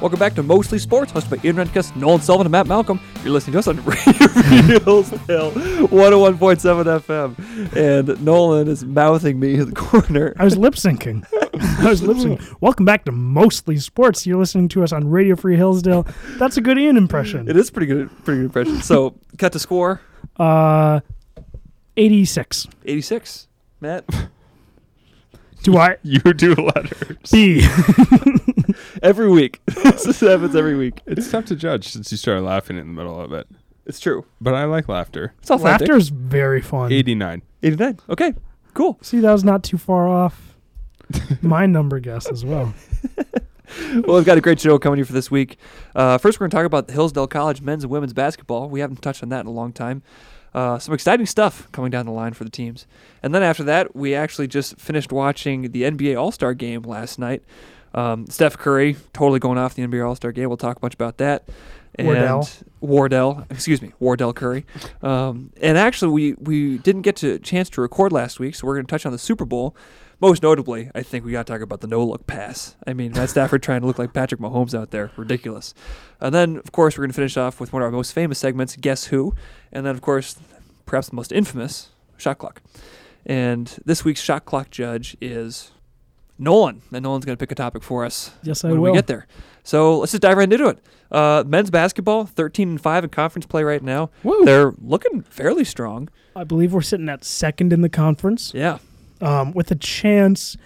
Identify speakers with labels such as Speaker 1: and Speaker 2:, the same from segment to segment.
Speaker 1: Welcome back to Mostly Sports, hosted by Ian Redcast, Nolan Sullivan, and Matt Malcolm. You're listening to us on Reelsdale 101.7 FM. And Nolan is mouthing me in the corner.
Speaker 2: I was lip syncing. I was lip syncing. Welcome back to Mostly Sports. You're listening to us on Radio Free Hillsdale. That's a good Ian impression.
Speaker 1: It is pretty good, pretty good impression. So, cut to score
Speaker 2: Uh, 86.
Speaker 1: 86. Matt?
Speaker 2: Do I?
Speaker 3: You do letters.
Speaker 2: B.
Speaker 1: Every week. this happens every week.
Speaker 3: It's tough to judge since you started laughing in the middle of it.
Speaker 1: It's true.
Speaker 3: But I like laughter.
Speaker 1: It's authentic.
Speaker 2: Laughter is very fun.
Speaker 3: 89.
Speaker 1: 89. Okay, cool.
Speaker 2: See, that was not too far off my number guess as well.
Speaker 1: well, we've got a great show coming to you for this week. Uh, first, we're going to talk about the Hillsdale College men's and women's basketball. We haven't touched on that in a long time. Uh, some exciting stuff coming down the line for the teams. And then after that, we actually just finished watching the NBA All Star game last night. Um, Steph Curry totally going off the NBA All Star game. We'll talk much about that. And
Speaker 2: Wardell.
Speaker 1: Wardell, excuse me, Wardell Curry. Um, and actually, we, we didn't get to, a chance to record last week, so we're going to touch on the Super Bowl. Most notably, I think we got to talk about the no look pass. I mean, Matt Stafford trying to look like Patrick Mahomes out there. Ridiculous. And then, of course, we're going to finish off with one of our most famous segments, Guess Who? And then, of course, perhaps the most infamous, Shot Clock. And this week's Shot Clock judge is Nolan. And Nolan's going to pick a topic for us
Speaker 2: Yes, I
Speaker 1: when
Speaker 2: will.
Speaker 1: we get there. So let's just dive right into it. Uh, men's basketball, 13 and 5 in conference play right now.
Speaker 3: Woo.
Speaker 1: They're looking fairly strong.
Speaker 2: I believe we're sitting at second in the conference.
Speaker 1: Yeah.
Speaker 2: um, with a chance.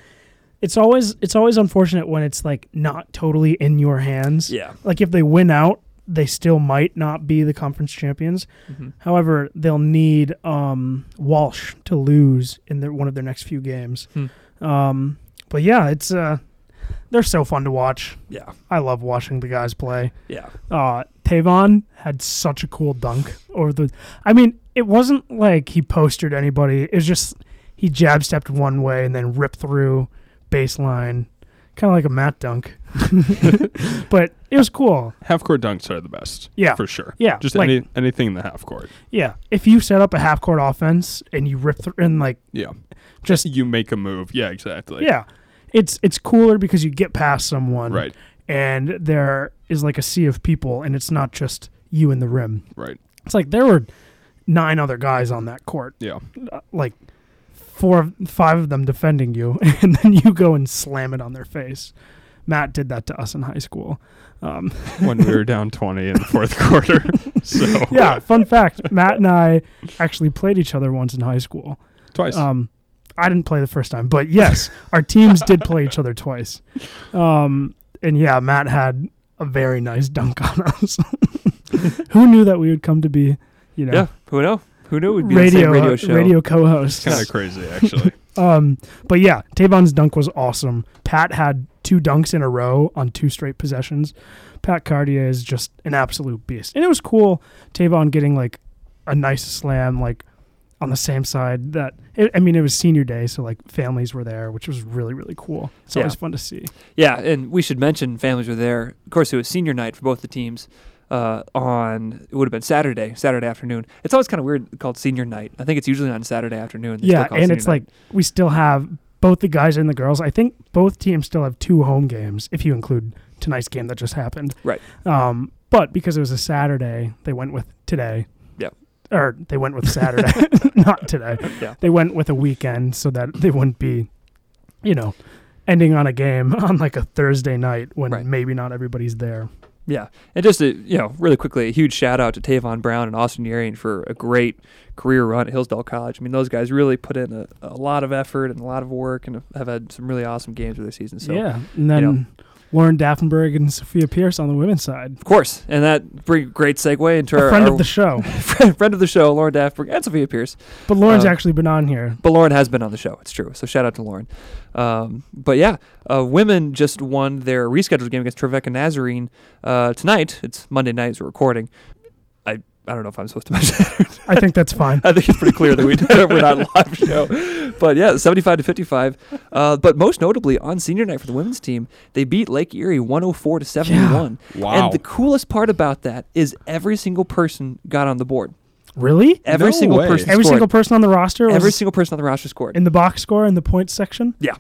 Speaker 2: It's always it's always unfortunate when it's like not totally in your hands.
Speaker 1: Yeah.
Speaker 2: Like if they win out, they still might not be the conference champions.
Speaker 1: Mhm.
Speaker 2: However, they'll need um, Walsh to lose in their, one of their next few games.
Speaker 1: Hmm.
Speaker 2: Um, but yeah, it's uh, they're so fun to watch.
Speaker 1: Yeah.
Speaker 2: I love watching the guys play
Speaker 1: Yeah.
Speaker 2: uh Tavon had such a cool dunk over the I mean, it wasn't like he postered anybody. It was just he jab stepped one way and then ripped through baseline. Kind of like a mat dunk. but it was cool.
Speaker 3: Half court dunks are the best.
Speaker 2: Yeah.
Speaker 3: For sure.
Speaker 2: Yeah,
Speaker 3: Just
Speaker 2: like-
Speaker 3: any, anything in the half court.
Speaker 2: Yeah. If you set up a half court offense and you rip through and like
Speaker 3: Yeah.
Speaker 2: just
Speaker 3: You make a move. Yeah, exactly.
Speaker 2: yeah. It's it's cooler because you get past someone
Speaker 3: Right.
Speaker 2: and there is like a sea of people and it's not just you in the rim.
Speaker 3: Right.
Speaker 2: It's like there were nine other guys on that court.
Speaker 3: Yeah.
Speaker 2: uh, like four of five of them defending you and then you go and slam it on their face matt did that to us in high school um,
Speaker 3: when we were down 20 in the fourth quarter. So
Speaker 2: yeah fun fact matt and i actually played each other once in high school
Speaker 3: twice.
Speaker 2: um, i didn't play the first time but yes our teams did play each other twice um, and yeah matt had a very nice dunk on us who knew that we would come to be you know
Speaker 1: Yeah. Who knew? Who knew we'd be on the
Speaker 2: radio uh,
Speaker 1: same radio show?
Speaker 2: radio co-hosts
Speaker 3: kind of crazy actually.
Speaker 2: Um, but yeah, Tavon's dunk was awesome. Pat had two dunks in a row on two straight possessions. Pat Cartier is just an absolute beast, and it was cool. Tavon getting like a nice slam, like on the same side that it, I mean, it was senior day, so like families were there, which was really really cool. It's always
Speaker 1: Yeah.
Speaker 2: fun to see.
Speaker 1: Yeah, and we should mention families were there. Of course, it was senior night for both the teams. Uh, on it would have been Saturday, Saturday afternoon. It's always kind of weird called senior night. I think it's usually on Saturday afternoon. They
Speaker 2: yeah,
Speaker 1: still call it
Speaker 2: and
Speaker 1: senior
Speaker 2: it's
Speaker 1: night.
Speaker 2: like we still have both the guys and the girls. I think both teams still have two home games if you include tonight's game that just happened.
Speaker 1: Right.
Speaker 2: Um, but because it was a Saturday, they went with today.
Speaker 1: Yeah.
Speaker 2: Or they went with Saturday, not today.
Speaker 1: Yeah.
Speaker 2: They went with a weekend so that they wouldn't be, you know, ending on a game on like a Thursday night when
Speaker 1: Right.
Speaker 2: maybe not everybody's there.
Speaker 1: Yeah, and just to, you know, really quickly, a huge shout out to Tavon Brown and Austin Yerian for a great career run at Hillsdale College. I mean, those guys really put in a, a lot of effort and a lot of work, and have had some really awesome games with their season. So
Speaker 2: yeah. And then
Speaker 1: know.
Speaker 2: Lauren Daffenberg and Sophia Pierce on the women's side.
Speaker 1: of course, and that bring great segue into our,
Speaker 2: A friend
Speaker 1: our
Speaker 2: of the show.
Speaker 1: friend, friend of the show, Lauren Daffberg and Sophia Pierce.
Speaker 2: But Lauren's
Speaker 1: Uh,
Speaker 2: actually been on here.
Speaker 1: But Lauren has been on the show. It's true. So shout out to Lauren. Um, but yeah, uh, women just won their rescheduled game against Trevecca Nazarene uh, tonight. It's Monday night as we're recording. I I don't know if I'm supposed to mention. That.
Speaker 2: I think that's fine.
Speaker 1: I think it's pretty clear that we we're not a live show. But yeah, 75 to 55. Uh, but most notably on senior night for the women's team, they beat Lake Erie 104 to 71.
Speaker 3: Wow.
Speaker 1: And the coolest part about that is every single person got on the board.
Speaker 2: Really?
Speaker 1: Every
Speaker 3: No
Speaker 1: single
Speaker 3: way.
Speaker 1: person.
Speaker 2: Every
Speaker 1: scored.
Speaker 2: single person on the roster was
Speaker 1: every single person on the roster scored.
Speaker 2: in the box score in the points section.
Speaker 1: Yeah.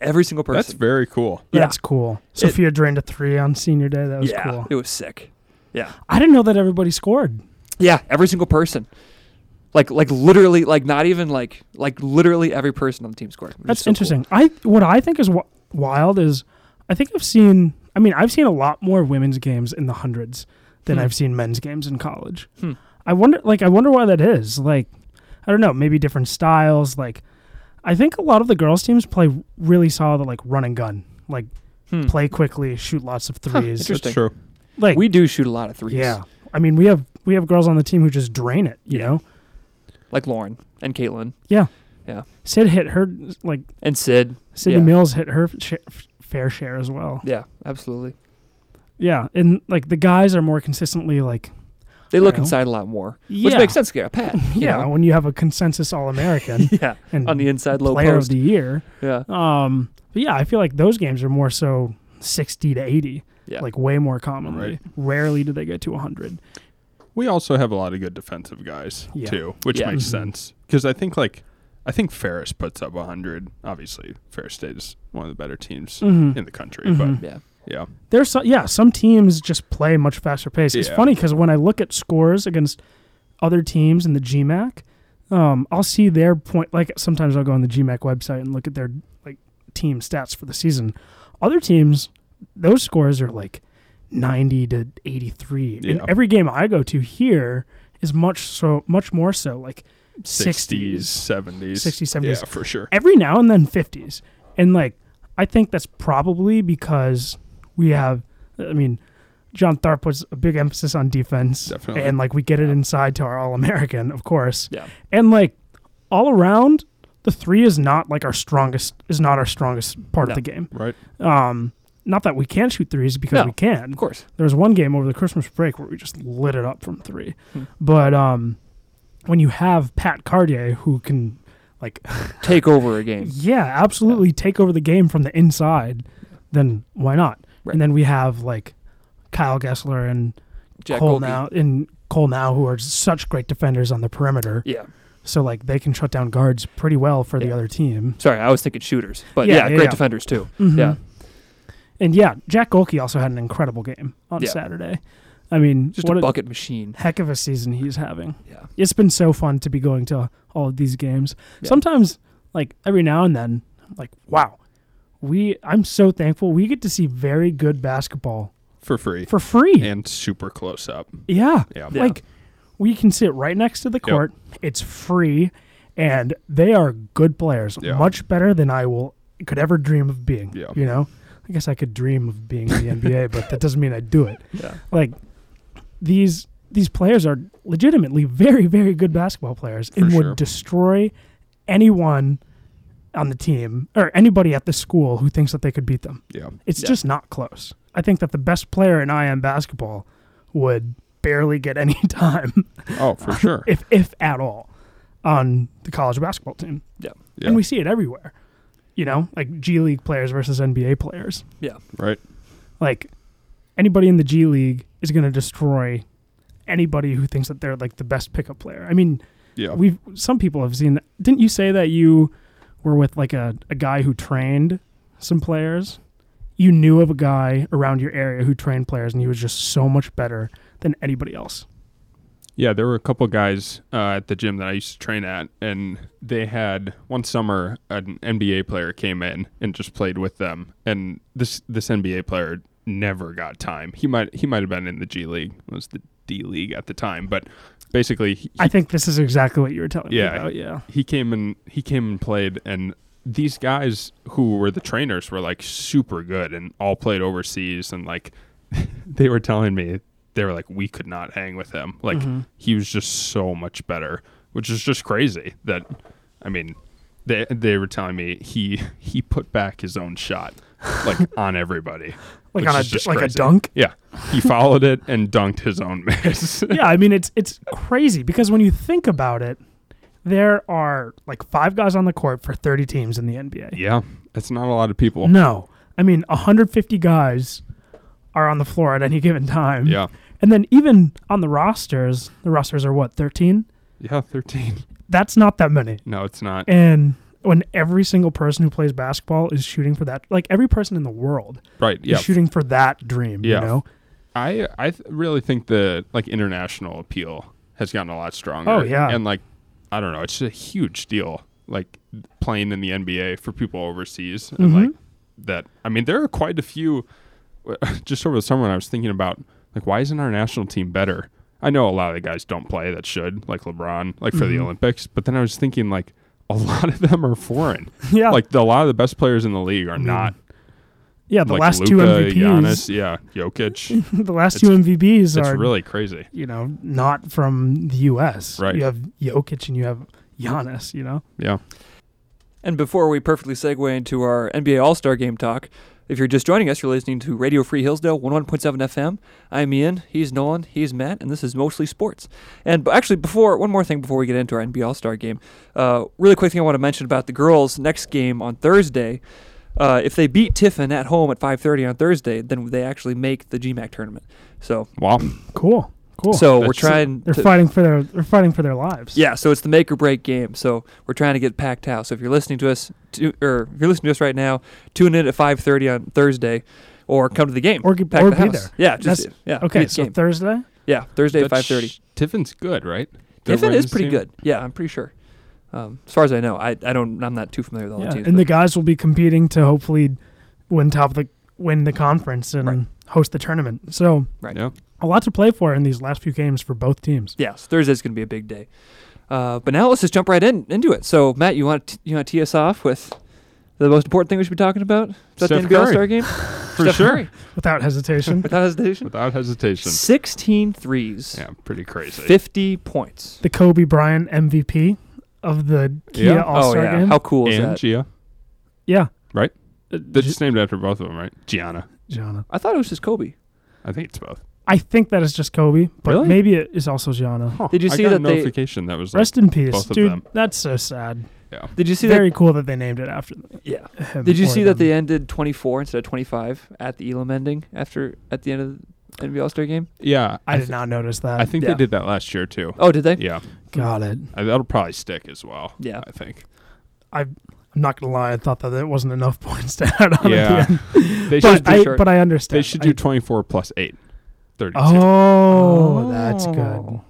Speaker 1: every single person.
Speaker 3: That's very cool.
Speaker 1: Yeah.
Speaker 2: That's cool. Sophia drained a three on senior day. That was
Speaker 1: yeah,
Speaker 2: cool.
Speaker 1: it was sick. Yeah,
Speaker 2: I didn't know that everybody scored.
Speaker 1: yeah, every single person. Like, like literally, like not even like, like literally every person on the team scored. which is
Speaker 2: That's
Speaker 1: so cool.
Speaker 2: interesting. I what I think is w- wild is I think I've seen. I mean, I've seen a lot more women's games in the hundreds than
Speaker 1: Hmm.
Speaker 2: I've seen men's games in college.
Speaker 1: Hmm.
Speaker 2: I wonder, like, I wonder why that is. Like, I don't know. Maybe different styles. Like, I think a lot of the girls' teams play really solid, like run and gun, like
Speaker 1: Hmm.
Speaker 2: play quickly, shoot lots of threes.
Speaker 1: interesting.
Speaker 3: That's true.
Speaker 2: like,
Speaker 1: We do shoot a lot of threes.
Speaker 2: yeah. I mean, we have we have girls on the team who just drain it. You
Speaker 1: Yeah.
Speaker 2: know,
Speaker 1: like Lauren and Caitlin
Speaker 2: Sid hit her like
Speaker 1: and Sid.
Speaker 2: Sydney
Speaker 1: Yeah.
Speaker 2: Mills hit her sh- fair share as well.
Speaker 1: Yeah, absolutely.
Speaker 2: Yeah, and like the guys are more consistently like
Speaker 1: They look
Speaker 2: Well.
Speaker 1: inside a lot more,
Speaker 2: yeah,
Speaker 1: which makes sense. Yeah, Pat. you
Speaker 2: yeah.
Speaker 1: know?
Speaker 2: When you have a consensus All American
Speaker 1: yeah,
Speaker 2: and
Speaker 1: on the inside low
Speaker 2: player
Speaker 1: post.
Speaker 2: of the year,
Speaker 1: yeah,
Speaker 2: um, but yeah, I feel like those games are more so sixty to eighty,
Speaker 1: Yeah.
Speaker 2: like way more commonly.
Speaker 3: Right.
Speaker 2: Rarely do they get to hundred.
Speaker 3: We also have a lot of good defensive guys
Speaker 2: Yeah.
Speaker 3: too, which
Speaker 1: Yeah.
Speaker 3: makes
Speaker 2: Mhm.
Speaker 3: sense because I think like I think Ferris puts up 100. Obviously, Ferris State is one of the better teams
Speaker 1: Mm-hmm.
Speaker 2: Mhm.
Speaker 3: in the country,
Speaker 2: Mhm.
Speaker 3: but
Speaker 1: yeah.
Speaker 3: yeah,
Speaker 2: There's so, yeah, some teams just play much faster pace. It's
Speaker 3: Yeah.
Speaker 2: funny because when I look at scores against other teams in the GMAC, um, I'll see their point. Like sometimes I'll go on the GMAC website and look at their like team stats for the season. Other teams, those scores are like ninety to eighty three. And
Speaker 3: Yeah.
Speaker 2: every game I go to here is much so much more so like 60s,
Speaker 3: 60s, 70s,
Speaker 2: 60s, 70s.
Speaker 3: yeah, for sure.
Speaker 2: every now and then 50s and like i think that's probably because we have i mean john tharp puts a big emphasis on defense
Speaker 3: Definitely.
Speaker 2: and like we get it inside to our all-american of course
Speaker 1: Yeah.
Speaker 2: and like all around the three is not like our strongest is not our strongest part
Speaker 1: No.
Speaker 2: of the game
Speaker 3: Right?
Speaker 2: um not that we can't shoot threes because
Speaker 1: No.
Speaker 2: we can
Speaker 1: Of course.
Speaker 2: there was one game over the Christmas break where we just lit it up from three.
Speaker 1: Hmm.
Speaker 2: But um, when you have Pat Cartier who can like
Speaker 1: Take over a game.
Speaker 2: yeah, absolutely take over the game from the inside, then why not?
Speaker 1: Right.
Speaker 2: And then we have like Kyle Gessler and
Speaker 1: Jack
Speaker 2: Cole
Speaker 1: Golke.
Speaker 2: now and Cole now who are such great defenders on the perimeter.
Speaker 1: Yeah.
Speaker 2: So like they can shut down guards pretty well for the
Speaker 1: Yeah.
Speaker 2: other team.
Speaker 1: Sorry, I was thinking shooters, but
Speaker 2: Yeah,
Speaker 1: yeah,
Speaker 2: yeah,
Speaker 1: great
Speaker 2: yeah.
Speaker 1: defenders too.
Speaker 2: Mhm.
Speaker 1: Yeah.
Speaker 2: And yeah, Jack Golke also had an incredible game on
Speaker 1: Yeah.
Speaker 2: Saturday. I mean,
Speaker 1: Just
Speaker 2: what
Speaker 1: a
Speaker 2: a
Speaker 1: bucket machine.
Speaker 2: heck of a season he's having.
Speaker 1: Yeah.
Speaker 2: it's been so fun to be going to all of these games.
Speaker 1: Yeah.
Speaker 2: Sometimes, like every now and then, I'm like wow, we I'm so thankful we get to see very good basketball
Speaker 3: For free.
Speaker 2: for free. Yeah,
Speaker 3: and super close up. Yeah.
Speaker 1: Yeah.
Speaker 2: like we can sit right next to the court. It's free, and they are good players,
Speaker 3: Yeah.
Speaker 2: much better than I will could ever dream of being.
Speaker 3: Yeah.
Speaker 2: you know, I guess I could dream of being in the NBA, but that doesn't mean I do it.
Speaker 1: Yeah.
Speaker 2: Like these these players are legitimately very very good basketball players and
Speaker 3: For
Speaker 2: would
Speaker 3: sure.
Speaker 2: destroy anyone on the team or anybody at the school who thinks that they could beat them.
Speaker 3: Yeah.
Speaker 2: It's
Speaker 1: Yeah.
Speaker 2: just not close. I think that the best player in IM basketball would barely get any time
Speaker 3: Oh, for sure.
Speaker 2: if if at all on the college basketball team.
Speaker 3: Yeah.
Speaker 2: And we see it everywhere. You know, like G League players versus NBA players
Speaker 3: right.
Speaker 2: like anybody in the G League is going to destroy anybody who thinks that they're like the best pickup player. I mean,
Speaker 3: Yeah.
Speaker 2: we've some people have seen. Didn't you say that you were with like a, a guy who trained some players? You knew of a guy around your area who trained players, and he was just so much better than anybody else.
Speaker 3: Yeah, there were a couple guys uh, at the gym that I used to train at, and they had one summer an NBA player came in and just played with them, and this this NBA player never got time. He might he might have been in the G League, it was the D League at the time, but basically he,
Speaker 2: I think this is exactly what you were telling
Speaker 3: Yeah.
Speaker 2: me about. Yeah,
Speaker 3: he came and he came and played, and these guys who were the trainers were like super good and all played overseas, and like they were telling me they were like we could not hang with him, like
Speaker 2: Mhm.
Speaker 3: he was just so much better, which is just crazy. That I mean, they they were telling me he he put back his own shot like on everybody,
Speaker 2: like
Speaker 3: which
Speaker 2: on a
Speaker 3: is just
Speaker 2: like a
Speaker 3: crazy.
Speaker 2: dunk.
Speaker 3: Yeah, he followed it and dunked his own miss.
Speaker 2: yeah, I mean it's it's crazy because when you think about it, there are like five guys on the court for 30 teams in the NBA.
Speaker 3: yeah, that's not a lot of people.
Speaker 2: No, I mean 150 guys are on the floor at any given time.
Speaker 3: Yeah,
Speaker 2: and then even on the rosters, the rosters are what 13.
Speaker 3: yeah, thirteen.
Speaker 2: That's not that many,
Speaker 3: No, it's not.
Speaker 2: and when every single person who plays basketball is shooting for that, like every person in the world
Speaker 3: Right. Yeah.
Speaker 2: is shooting for that dream.
Speaker 3: Yeah.
Speaker 2: You know?
Speaker 3: I I th- really think the like international appeal has gotten a lot stronger.
Speaker 2: Oh, yeah.
Speaker 3: and like I don't know, it's a huge deal. Like playing in the NBA for people overseas, and
Speaker 2: Mm-hmm.
Speaker 3: like that. I mean, there are quite a few. Just over the summer, when I was thinking about like why isn't our national team better? I know a lot of the guys don't play that should, like LeBron, like for the
Speaker 2: Mm-hmm.
Speaker 3: Olympics. But then I was thinking like a lot of them are foreign.
Speaker 2: Yeah.
Speaker 3: Like the, a lot of the best players in the league are not.
Speaker 2: yeah. Mm-hmm. The
Speaker 3: like
Speaker 2: last
Speaker 3: Luka,
Speaker 2: two MVPs,
Speaker 3: Giannis, yeah, Jokic.
Speaker 2: the last two MVPs
Speaker 3: it's
Speaker 2: are
Speaker 3: really crazy.
Speaker 2: you know not from the U.S.
Speaker 3: Right.
Speaker 2: You have Jokic and you have Giannis. You know.
Speaker 3: Yeah.
Speaker 1: And before we perfectly segue into our NBA All Star Game talk, if you're just joining us, you're listening to Radio Free Hillsdale 101.7 FM. I'm Ian, he's Nolan, he's Matt, and this is mostly sports. And b- actually, before one more thing before we get into our NBA All Star Game, uh, really quick thing I want to mention about the girls' next game on Thursday. Uh, if they beat Tiffin at home at 5:30 on Thursday, then they actually make the GMAC tournament. So,
Speaker 3: Wow.
Speaker 2: Cool. Cool.
Speaker 1: so we're
Speaker 3: That's-
Speaker 1: trying.
Speaker 2: they're
Speaker 1: to-
Speaker 2: fighting for their they're fighting for their lives.
Speaker 1: yeah, so it's the make or break game. So we're trying to get packed house. So if you're listening to us, to, or if you're listening to us right now, tune in at 5:30 on Thursday, or come to the game
Speaker 2: Or, get,
Speaker 1: pack
Speaker 2: or
Speaker 1: the
Speaker 2: be
Speaker 1: house.
Speaker 2: there.
Speaker 1: Yeah, just
Speaker 2: That's-
Speaker 1: yeah. be
Speaker 2: Okay.
Speaker 1: at the
Speaker 2: So
Speaker 1: game.
Speaker 2: Thursday.
Speaker 1: yeah, Thursday at
Speaker 3: That's-
Speaker 1: 5:30.
Speaker 3: Tiffin's good, right? Their
Speaker 1: If it is
Speaker 3: women's
Speaker 1: pretty
Speaker 3: team?
Speaker 1: good, yeah, I'm pretty sure. Um, as far as I know, I, I don't I'm not too familiar with all
Speaker 2: Yeah.
Speaker 1: the teams.
Speaker 2: And the
Speaker 1: but-
Speaker 2: guys will be competing to hopefully win top of the win the conference and
Speaker 1: Right.
Speaker 2: host the tournament. So
Speaker 1: Right.
Speaker 3: Yeah.
Speaker 2: a lot to play for in these last few games for both teams.
Speaker 1: yeah, so Thursday's gonna be a big day. Uh, but now let's just jump right in into it. So Matt, you want to you want to tee us off with the most important thing we should be talking about? Is that
Speaker 3: Steph
Speaker 1: the NBA
Speaker 3: Curry.
Speaker 1: All Star game?
Speaker 3: For
Speaker 1: Steph
Speaker 3: sure.
Speaker 1: Curry,
Speaker 2: Without hesitation.
Speaker 1: without hesitation.
Speaker 3: Without hesitation.
Speaker 1: 16 threes.
Speaker 3: Yeah, pretty crazy.
Speaker 1: 50 points.
Speaker 2: the Kobe Bryant MVP of the Kia
Speaker 3: Yeah.
Speaker 2: All Star
Speaker 1: oh, yeah.
Speaker 2: game.
Speaker 1: How cool is
Speaker 3: and
Speaker 1: that?
Speaker 2: Uh,
Speaker 3: Gia.
Speaker 2: yeah.
Speaker 3: That's just named after both of them, right? Gianna.
Speaker 2: Gianna.
Speaker 1: I thought it was just Kobe.
Speaker 3: I think it's both.
Speaker 2: I think that is just Kobe, but
Speaker 3: Really?
Speaker 2: maybe it is also Gianna.
Speaker 3: Huh,
Speaker 1: Did you
Speaker 3: I
Speaker 1: see
Speaker 3: got a
Speaker 1: that they-
Speaker 3: notification that was like,
Speaker 2: Rest in peace,
Speaker 3: both of
Speaker 2: dude.
Speaker 3: them.
Speaker 2: That's so sad.
Speaker 3: yeah.
Speaker 1: Did you see
Speaker 2: Very cool that they named it after
Speaker 1: that? Yeah.
Speaker 2: him.
Speaker 1: Did you
Speaker 2: or
Speaker 1: see that
Speaker 2: them.
Speaker 1: they ended 24 instead of 25 at the Elam ending after at the end of the NBA All Star game?
Speaker 3: Yeah.
Speaker 2: I did
Speaker 3: th-
Speaker 2: not notice that.
Speaker 3: I think
Speaker 1: Yeah.
Speaker 3: they did that last year too.
Speaker 1: Oh, did they?
Speaker 3: Yeah.
Speaker 2: Got it.
Speaker 3: I, that'll probably stick as well.
Speaker 1: Yeah.
Speaker 3: I think.
Speaker 2: I'm not gonna lie. I thought that it wasn't enough points to add on. at the
Speaker 3: Yeah.
Speaker 2: end.
Speaker 3: they
Speaker 2: but
Speaker 3: should
Speaker 1: be
Speaker 2: I
Speaker 1: short.
Speaker 2: but I understand.
Speaker 3: they should do
Speaker 2: I-
Speaker 3: 24 plus 8. 32.
Speaker 2: oh, that's good.
Speaker 1: Oh.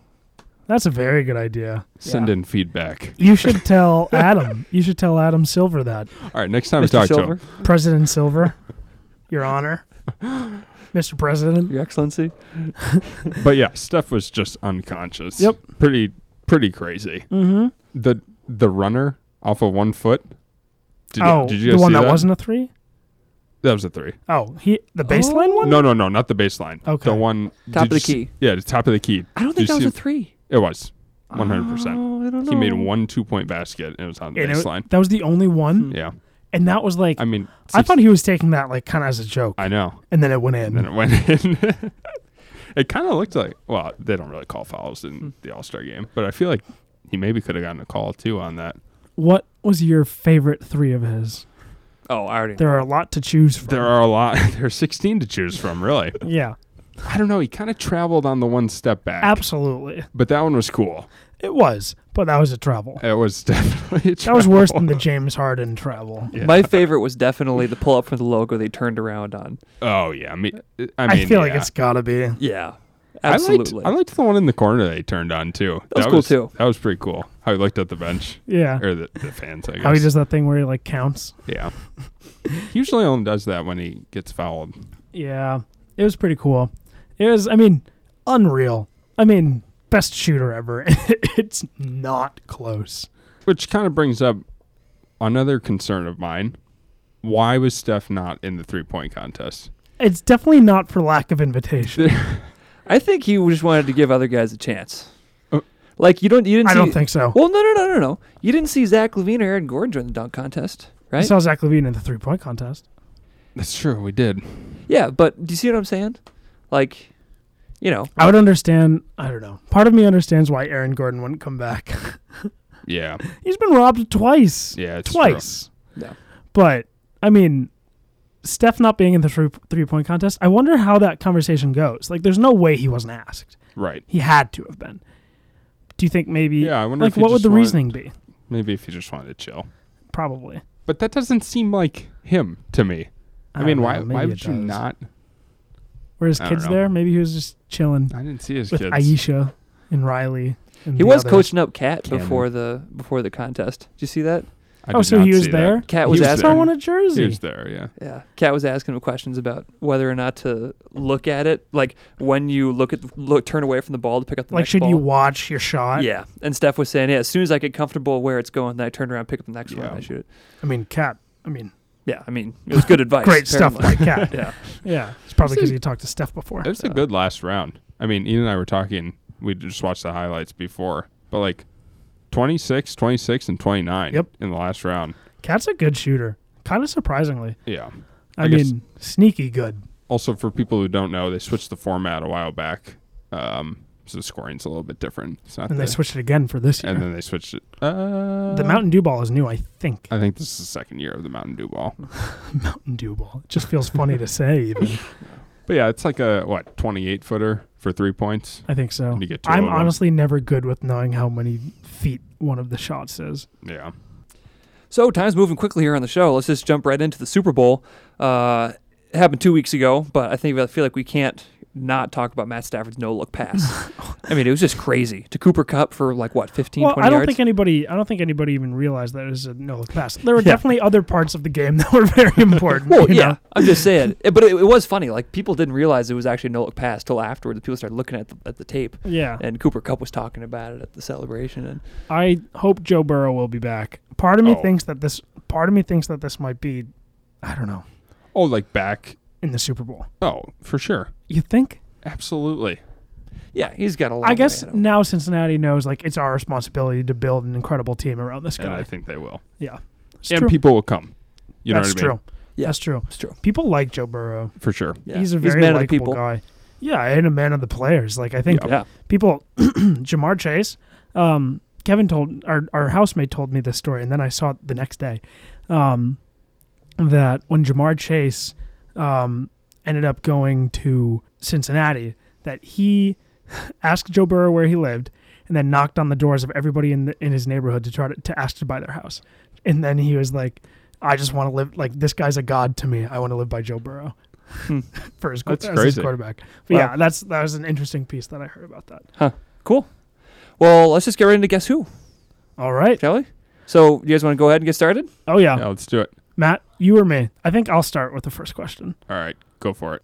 Speaker 2: That's a very good idea.
Speaker 3: Send
Speaker 1: yeah.
Speaker 3: in feedback.
Speaker 2: You should tell Adam. You should tell Adam Silver that
Speaker 3: All right, next time we
Speaker 1: Mr.
Speaker 3: talk
Speaker 1: Silver,
Speaker 3: to him.
Speaker 2: President Silver, Your Honor, Mr. President.
Speaker 1: Your Excellency.
Speaker 3: But yeah, Steph was just unconscious.
Speaker 2: Yep.
Speaker 3: Pretty pretty crazy.
Speaker 2: Mm-hmm.
Speaker 3: the the runner off of one foot. Did,
Speaker 2: oh,
Speaker 3: did you guys
Speaker 2: the one
Speaker 3: see
Speaker 2: that, wasn't a three.
Speaker 3: That was a three.
Speaker 2: Oh, he the baseline one.
Speaker 3: No, no, no, not the baseline.
Speaker 2: Okay.
Speaker 3: the one
Speaker 1: Top
Speaker 3: did
Speaker 1: of the
Speaker 3: you see-
Speaker 1: key.
Speaker 3: yeah, the top of the key.
Speaker 1: I don't
Speaker 3: Did
Speaker 1: think that
Speaker 3: you
Speaker 1: was a
Speaker 3: see-
Speaker 1: three.
Speaker 3: It was one hundred percent.
Speaker 1: Oh, I don't know.
Speaker 3: He made one two point basket and it was on the
Speaker 2: And it-
Speaker 3: baseline.
Speaker 2: that was the only one,
Speaker 1: Hmm.
Speaker 3: yeah,
Speaker 2: and that was like
Speaker 3: I
Speaker 2: I,
Speaker 3: mean,
Speaker 2: thought he was taking that like kind of as a joke,
Speaker 3: I know.
Speaker 2: and then it went in.
Speaker 3: And then it went in. it kind of looked like well, they don't really call fouls in
Speaker 1: Hmm.
Speaker 3: the All Star game, but I feel like he maybe could have gotten a call too on that.
Speaker 2: What was your favorite three of his?
Speaker 1: Oh, I already.
Speaker 2: There are a lot to choose from.
Speaker 3: There are a lot. there are sixteen to choose from, really.
Speaker 2: Yeah,
Speaker 3: I don't know. He kind of traveled on the one step back,
Speaker 2: absolutely.
Speaker 3: but that one was cool.
Speaker 2: It was, but that was a travel.
Speaker 3: It was definitely a
Speaker 2: That was
Speaker 3: travel.
Speaker 2: worse than the James Harden travel.
Speaker 3: Yeah.
Speaker 1: My favorite was definitely the pull up from the logo they turned around on.
Speaker 3: Oh yeah, I mean, I, mean,
Speaker 2: I, feel like
Speaker 3: yeah.
Speaker 2: it's gotta be.
Speaker 1: Yeah.
Speaker 3: I liked-
Speaker 1: Absolutely.
Speaker 3: I liked, the one in the corner they turned on too.
Speaker 1: That was cool, too.
Speaker 3: That was pretty cool. How he looked at the bench
Speaker 2: Yeah.
Speaker 3: or the, the fans, I guess.
Speaker 2: How he does that thing where he like counts.
Speaker 3: yeah. He usually only does that when he gets fouled.
Speaker 2: Yeah. It was pretty cool. It was I mean, unreal. I mean, best shooter ever. it's not close.
Speaker 3: Which kind of brings up another concern of mine. Why was Steph not in the three point contest?
Speaker 2: It's definitely not for lack of invitation.
Speaker 1: I think he just wanted to give other guys a chance.
Speaker 3: Uh,
Speaker 1: like you don't, you didn't.
Speaker 2: I
Speaker 1: see,
Speaker 2: don't think so.
Speaker 1: Well, no, no, no, no, no. You didn't see Zach Levine or Aaron Gordon join the dunk contest,
Speaker 2: I
Speaker 1: right?
Speaker 2: saw Zach Levine in the three point contest.
Speaker 3: That's true. We did.
Speaker 1: yeah, but do you see what I'm saying? Like, you know,
Speaker 2: I would understand I don't know. Part of me understands why Aaron Gordon wouldn't come back.
Speaker 3: Yeah.
Speaker 2: He's been robbed twice.
Speaker 3: Yeah. It's
Speaker 2: twice.
Speaker 1: Yeah.
Speaker 2: But I mean, Steph not being in the three three point contest. I wonder how that conversation goes. Like, there's no way he wasn't asked.
Speaker 3: True. Right.
Speaker 2: He had to have been. Do you think maybe?
Speaker 3: Yeah, I wonder
Speaker 2: like,
Speaker 3: if he
Speaker 2: what would
Speaker 3: just
Speaker 2: the
Speaker 3: wanted-
Speaker 2: reasoning be?
Speaker 3: Maybe if he just wanted to chill.
Speaker 2: probably.
Speaker 3: But that doesn't seem like him to me. I,
Speaker 2: don't
Speaker 3: mean,
Speaker 2: know,
Speaker 3: why
Speaker 2: maybe
Speaker 3: why
Speaker 2: it
Speaker 3: would you
Speaker 2: does.
Speaker 3: not?
Speaker 2: Were his
Speaker 3: I
Speaker 2: kids
Speaker 3: don't know.
Speaker 2: there? Maybe he was just chilling
Speaker 3: I didn't see his
Speaker 2: with
Speaker 3: kids.
Speaker 2: Aisha and Riley. And
Speaker 1: He
Speaker 2: the
Speaker 1: was
Speaker 2: others.
Speaker 1: coaching up Cat
Speaker 3: Cannon.
Speaker 1: before the before the contest. Did you see that?
Speaker 3: I
Speaker 2: Oh,
Speaker 3: did
Speaker 2: so
Speaker 3: not
Speaker 2: he was
Speaker 3: see that.
Speaker 2: there.
Speaker 1: Cat
Speaker 3: He
Speaker 1: was
Speaker 3: was
Speaker 1: asking.
Speaker 2: Someone a
Speaker 3: He
Speaker 2: jersey.
Speaker 3: was there. Yeah.
Speaker 1: Yeah, Kat was asking him questions about whether or not to look at it, like when you look at look turn away from the ball to pick up the
Speaker 2: Like,
Speaker 1: next
Speaker 2: should
Speaker 1: ball.
Speaker 2: you watch your shot?
Speaker 1: Yeah, and Steph was saying, yeah, as soon as I get comfortable where it's going, then I turn around, pick up the next one, and I
Speaker 3: Yeah.
Speaker 1: shoot it.
Speaker 2: I mean, cat. I mean,
Speaker 1: Yeah, I mean, it was good advice.
Speaker 2: great stuff
Speaker 1: apparently.
Speaker 2: like cat.
Speaker 1: yeah,
Speaker 2: yeah, it's probably
Speaker 3: This
Speaker 2: because
Speaker 3: is-
Speaker 2: he talked to Steph before.
Speaker 3: It was a
Speaker 1: Uh,
Speaker 3: good last round. I mean, Ian and I were talking. We just watched the highlights before, but like 26, 26, and 29
Speaker 2: Yep.
Speaker 3: in the last round.
Speaker 2: Cat's a good shooter. Kind of surprisingly.
Speaker 3: Yeah.
Speaker 2: I,
Speaker 3: I guess-
Speaker 2: mean, sneaky good.
Speaker 3: Also, for people who don't know, they switched the format a while back. Um, so the scoring's a little bit different. It's not
Speaker 2: And
Speaker 3: the,
Speaker 2: they switched it again for this year.
Speaker 3: and then they switched it. Uh,
Speaker 2: the Mountain Dew ball is new, I think.
Speaker 3: I think this is the second year of the Mountain Dew ball.
Speaker 2: Mountain Dew ball. It just feels funny to say, even.
Speaker 3: But yeah, it's like a what twenty eight footer for three points.
Speaker 2: I think so.
Speaker 3: You get two
Speaker 2: I'm
Speaker 3: of 'em.
Speaker 2: honestly never good with knowing how many feet one of the shots is.
Speaker 3: Yeah,
Speaker 1: So time's moving quickly here on the show. Let's just jump right into the Super Bowl. Uh, it happened two weeks ago, but I think I feel like we can't not talk about Matt Stafford's no look pass. I mean, it was just crazy to Cooper Cup for like what 15,
Speaker 2: Well,
Speaker 1: 20
Speaker 2: I don't
Speaker 1: yards.
Speaker 2: think anybody. I don't think anybody even realized that it was a no look pass. There were
Speaker 1: Yeah.
Speaker 2: definitely other parts of the game that were very important.
Speaker 1: well,
Speaker 2: you
Speaker 1: yeah,
Speaker 2: know?
Speaker 1: I'm just saying, It- but it, it was funny. Like people didn't realize it was actually a no look pass till afterwards. People started looking at the, at the tape,
Speaker 2: yeah.
Speaker 1: and Cooper Cup was talking about it at the celebration. And
Speaker 2: I hope Joe Burrow will be back. Part of me
Speaker 3: Oh.
Speaker 2: thinks that this. Part of me thinks that this might be, I don't know,
Speaker 3: Oh, like back.
Speaker 2: in the Super Bowl.
Speaker 3: Oh, for sure.
Speaker 2: You think?
Speaker 3: Absolutely.
Speaker 1: yeah, he's got a lot.
Speaker 2: I guess now Cincinnati knows like it's our responsibility to build an incredible team around this
Speaker 3: And I
Speaker 2: guy.
Speaker 3: think they will.
Speaker 2: Yeah, It's
Speaker 3: and
Speaker 2: true.
Speaker 3: people will come. You know
Speaker 2: That's
Speaker 3: what I mean?
Speaker 2: true.
Speaker 1: Yeah.
Speaker 2: That's true.
Speaker 1: it's true.
Speaker 2: People like Joe Burrow.
Speaker 3: For sure.
Speaker 1: Yeah.
Speaker 2: He's a
Speaker 1: man
Speaker 2: very
Speaker 1: of the
Speaker 2: likable
Speaker 1: people.
Speaker 2: guy. Yeah, and a man of the players. Like I think
Speaker 3: Yeah.
Speaker 1: Yeah,
Speaker 2: people, Jamar Chase, um, Kevin told our our housemate told me this story, and then I saw it the next day, um, that when Jamar Chase um, ended up going to Cincinnati, that he asked Joe Burrow where he lived, and then knocked on the doors of everybody in the, in his neighborhood to try to, to ask to buy their house, and then he was like. I just want to live like this guy's a god to me. I want to live by Joe Burrow
Speaker 1: Hmm.
Speaker 2: for his,
Speaker 3: That's
Speaker 2: as his
Speaker 3: crazy.
Speaker 2: quarterback. But
Speaker 1: Wow.
Speaker 2: yeah, that's that was an interesting piece that I heard about that.
Speaker 1: cool. Well, let's just get right into guess who,
Speaker 2: All right.
Speaker 1: shall we? So, you guys want to go ahead and get started?
Speaker 2: Oh yeah.
Speaker 3: Yeah, let's do it.
Speaker 2: Matt, you or me? I think I'll start with the first question.
Speaker 3: All right, go for it.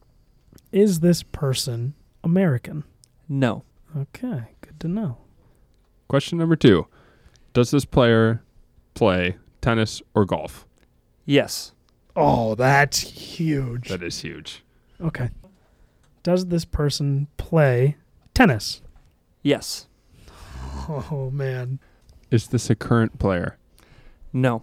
Speaker 2: Is this person American?
Speaker 1: No.
Speaker 2: Okay, good to know.
Speaker 3: Question number two: Does this player play tennis or golf?
Speaker 1: Yes.
Speaker 2: Oh, that's huge.
Speaker 3: That is huge.
Speaker 2: okay. Does this person play tennis?
Speaker 1: Yes.
Speaker 2: Oh man.
Speaker 3: Is this a current player?
Speaker 1: No.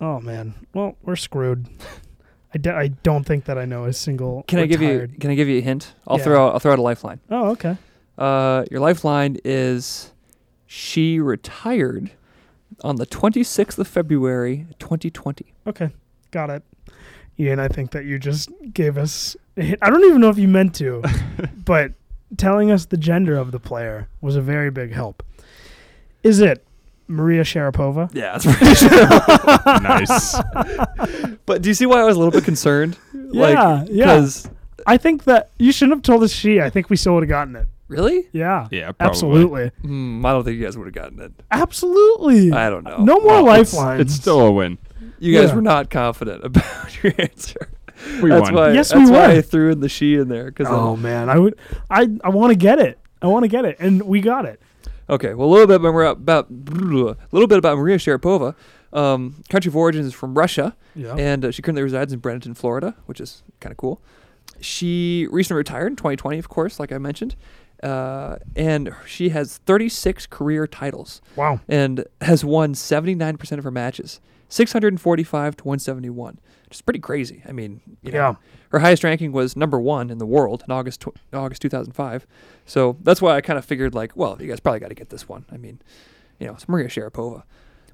Speaker 2: Oh man. Well, we're screwed. I, d- I don't think that I know a single.
Speaker 1: Can I give you?
Speaker 2: retired-
Speaker 1: Can I give you a hint? I'll
Speaker 2: Yeah.
Speaker 1: throw. Out, I'll throw out a lifeline.
Speaker 2: Oh, okay.
Speaker 1: Uh, your lifeline is she retired on the 26th of February, 2020.
Speaker 2: Okay, got it. Ian, I think that you just gave us. a hint. I don't even know if you meant to, but telling us the gender of the player was a very big help. Is it Maria Sharapova?
Speaker 1: Yeah, that's pretty
Speaker 3: nice.
Speaker 1: But do you see why I was a little bit concerned?
Speaker 2: Yeah, yeah.
Speaker 1: Because
Speaker 2: I think that you shouldn't have told us she. I think we still would have gotten it.
Speaker 1: really,
Speaker 2: Yeah.
Speaker 3: Yeah, probably.
Speaker 2: Absolutely.
Speaker 1: Hmm, I don't think you guys would have gotten it.
Speaker 2: Absolutely.
Speaker 1: I don't know.
Speaker 2: No more
Speaker 3: Well, it's-
Speaker 2: lifelines.
Speaker 3: It's, still a win.
Speaker 1: you guys
Speaker 2: yeah.
Speaker 1: were not confident about your answer.
Speaker 3: We
Speaker 1: that's
Speaker 3: won.
Speaker 1: why.
Speaker 2: Yes,
Speaker 1: that's
Speaker 2: we
Speaker 1: why
Speaker 2: were.
Speaker 1: I threw in the she in there. Cause
Speaker 2: Oh man, I would. I I want to get it. I want to get it, and we got it.
Speaker 1: Okay, well, a little bit more about a little bit about Maria Sharapova. Um, country of origin is from Russia,
Speaker 2: Yeah.
Speaker 1: and uh, she currently resides in Bradenton, Florida, which is kind of cool. She recently retired in 2020, of course, like I mentioned, uh, and she has 36 career titles
Speaker 2: Wow.
Speaker 1: and has won 79% of her matches, 645 to 171. Which is pretty crazy. I mean, you know,
Speaker 2: Yeah.
Speaker 1: her highest ranking was number one in the world in August tw- August 2005. So that's why I kind of figured like, well, you guys probably got to get this one. I mean, you know, it's Maria Sharapova.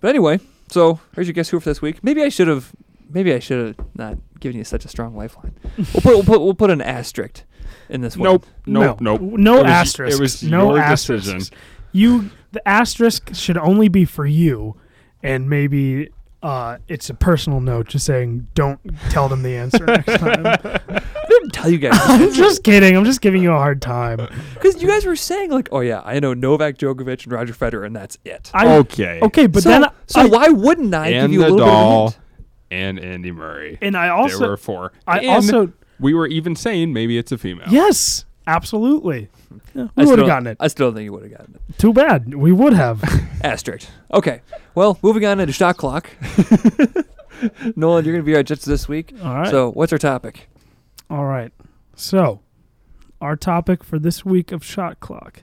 Speaker 1: But anyway, so here's your guess who for this week. Maybe I should have, maybe I should have not given you such a strong lifeline. we'll put we'll put we'll put an asterisk in this one.
Speaker 3: Nope. Nope.
Speaker 2: no,
Speaker 3: Nope.
Speaker 2: No
Speaker 3: It was-
Speaker 2: asterisks.
Speaker 3: It was
Speaker 2: no
Speaker 3: your
Speaker 2: asterisks.
Speaker 3: decision.
Speaker 2: You the asterisk should only be for you, and maybe Uh, it's a personal note just saying don't tell them the answer next time.
Speaker 1: I didn't tell you guys
Speaker 2: I'm just kidding. I'm just giving you a hard time.
Speaker 1: because you guys were saying like, oh yeah, I know Novak Djokovic and Roger Federer, and that's it.
Speaker 2: I,
Speaker 3: okay.
Speaker 2: okay, but
Speaker 1: so,
Speaker 2: then
Speaker 1: so
Speaker 2: I,
Speaker 1: why wouldn't I give
Speaker 3: and
Speaker 1: you a
Speaker 3: the
Speaker 1: little
Speaker 3: doll and Andy Murray.
Speaker 2: and I
Speaker 3: there were
Speaker 2: also
Speaker 3: four.
Speaker 2: I
Speaker 3: And
Speaker 2: also
Speaker 3: we were even saying maybe it's a female.
Speaker 2: yes, absolutely. Yeah,
Speaker 1: bit
Speaker 2: we
Speaker 1: of hint? I
Speaker 2: would
Speaker 1: still-
Speaker 2: have gotten it.
Speaker 1: I still don't think you would have gotten it.
Speaker 2: Too bad. We would have.
Speaker 1: Asterisk. Okay. Well, moving on into shot clock. Nolan, you're going to be our judge this week.
Speaker 2: All right.
Speaker 1: So, what's our topic?
Speaker 2: All right. So, our topic for this week of Shot Clock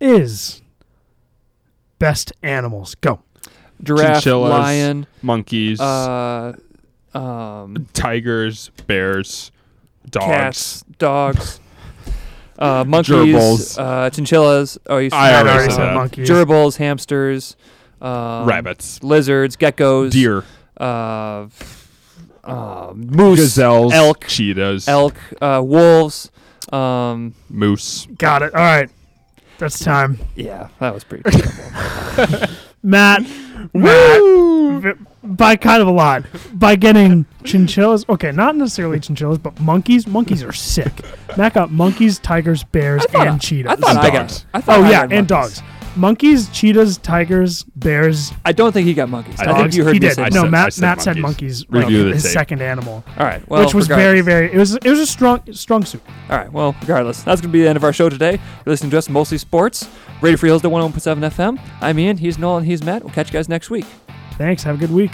Speaker 2: is best animals. Go.
Speaker 1: Giraffe,
Speaker 3: Chinchillas.
Speaker 1: lion,
Speaker 3: Monkeys,
Speaker 1: uh, um,
Speaker 3: tigers, bears, dogs.
Speaker 1: cats, dogs, uh, monkeys,
Speaker 3: Gerbils.
Speaker 1: uh, chinchillas. Oh, you
Speaker 3: I
Speaker 2: I'd
Speaker 3: already
Speaker 2: already
Speaker 3: said
Speaker 2: said
Speaker 3: that.
Speaker 2: monkeys.
Speaker 1: gerbils, hamsters, um,
Speaker 3: Rabbits,
Speaker 1: lizards, geckos,
Speaker 3: deer,
Speaker 1: uh, uh, moose,
Speaker 3: gazelles,
Speaker 1: elk,
Speaker 3: cheetahs,
Speaker 1: elk, uh, wolves. Um,
Speaker 3: moose.
Speaker 2: Got it. All right. That's time.
Speaker 1: yeah, that was pretty. terrible.
Speaker 2: Matt. Matt. By kind of a lot. By getting chinchillas. Okay, not necessarily chinchillas, but monkeys. Monkeys are sick. Matt got monkeys, tigers, bears,
Speaker 1: thought
Speaker 2: and cheetahs.
Speaker 1: I thought
Speaker 3: And
Speaker 1: I
Speaker 3: dogs.
Speaker 1: got. I thought
Speaker 2: oh,
Speaker 1: I
Speaker 2: yeah,
Speaker 1: got
Speaker 2: and
Speaker 1: monkeys.
Speaker 2: dogs. Monkeys, cheetahs, tigers, bears,
Speaker 1: I don't think he got monkeys. I, think
Speaker 2: dogs.
Speaker 1: you heard
Speaker 2: he
Speaker 1: me
Speaker 2: did.
Speaker 1: say.
Speaker 3: I
Speaker 2: no,
Speaker 3: said- I
Speaker 2: Matt.
Speaker 3: said
Speaker 2: Matt said monkeys.
Speaker 3: monkeys.
Speaker 2: Like,
Speaker 3: Review the
Speaker 2: his
Speaker 3: tape.
Speaker 2: second animal,
Speaker 1: All right. Well,
Speaker 2: which was very,
Speaker 1: regardless.
Speaker 2: very. It was. It was a strong, strong suit.
Speaker 1: All right. Well, regardless, that's gonna be the end of our show today. You're listening to us mostly sports. oh Radio Free Hills, one hundred point seven FM. I'm Ian. He's Nolan. He's Matt. We'll catch you guys next week.
Speaker 2: Thanks. Have a good week.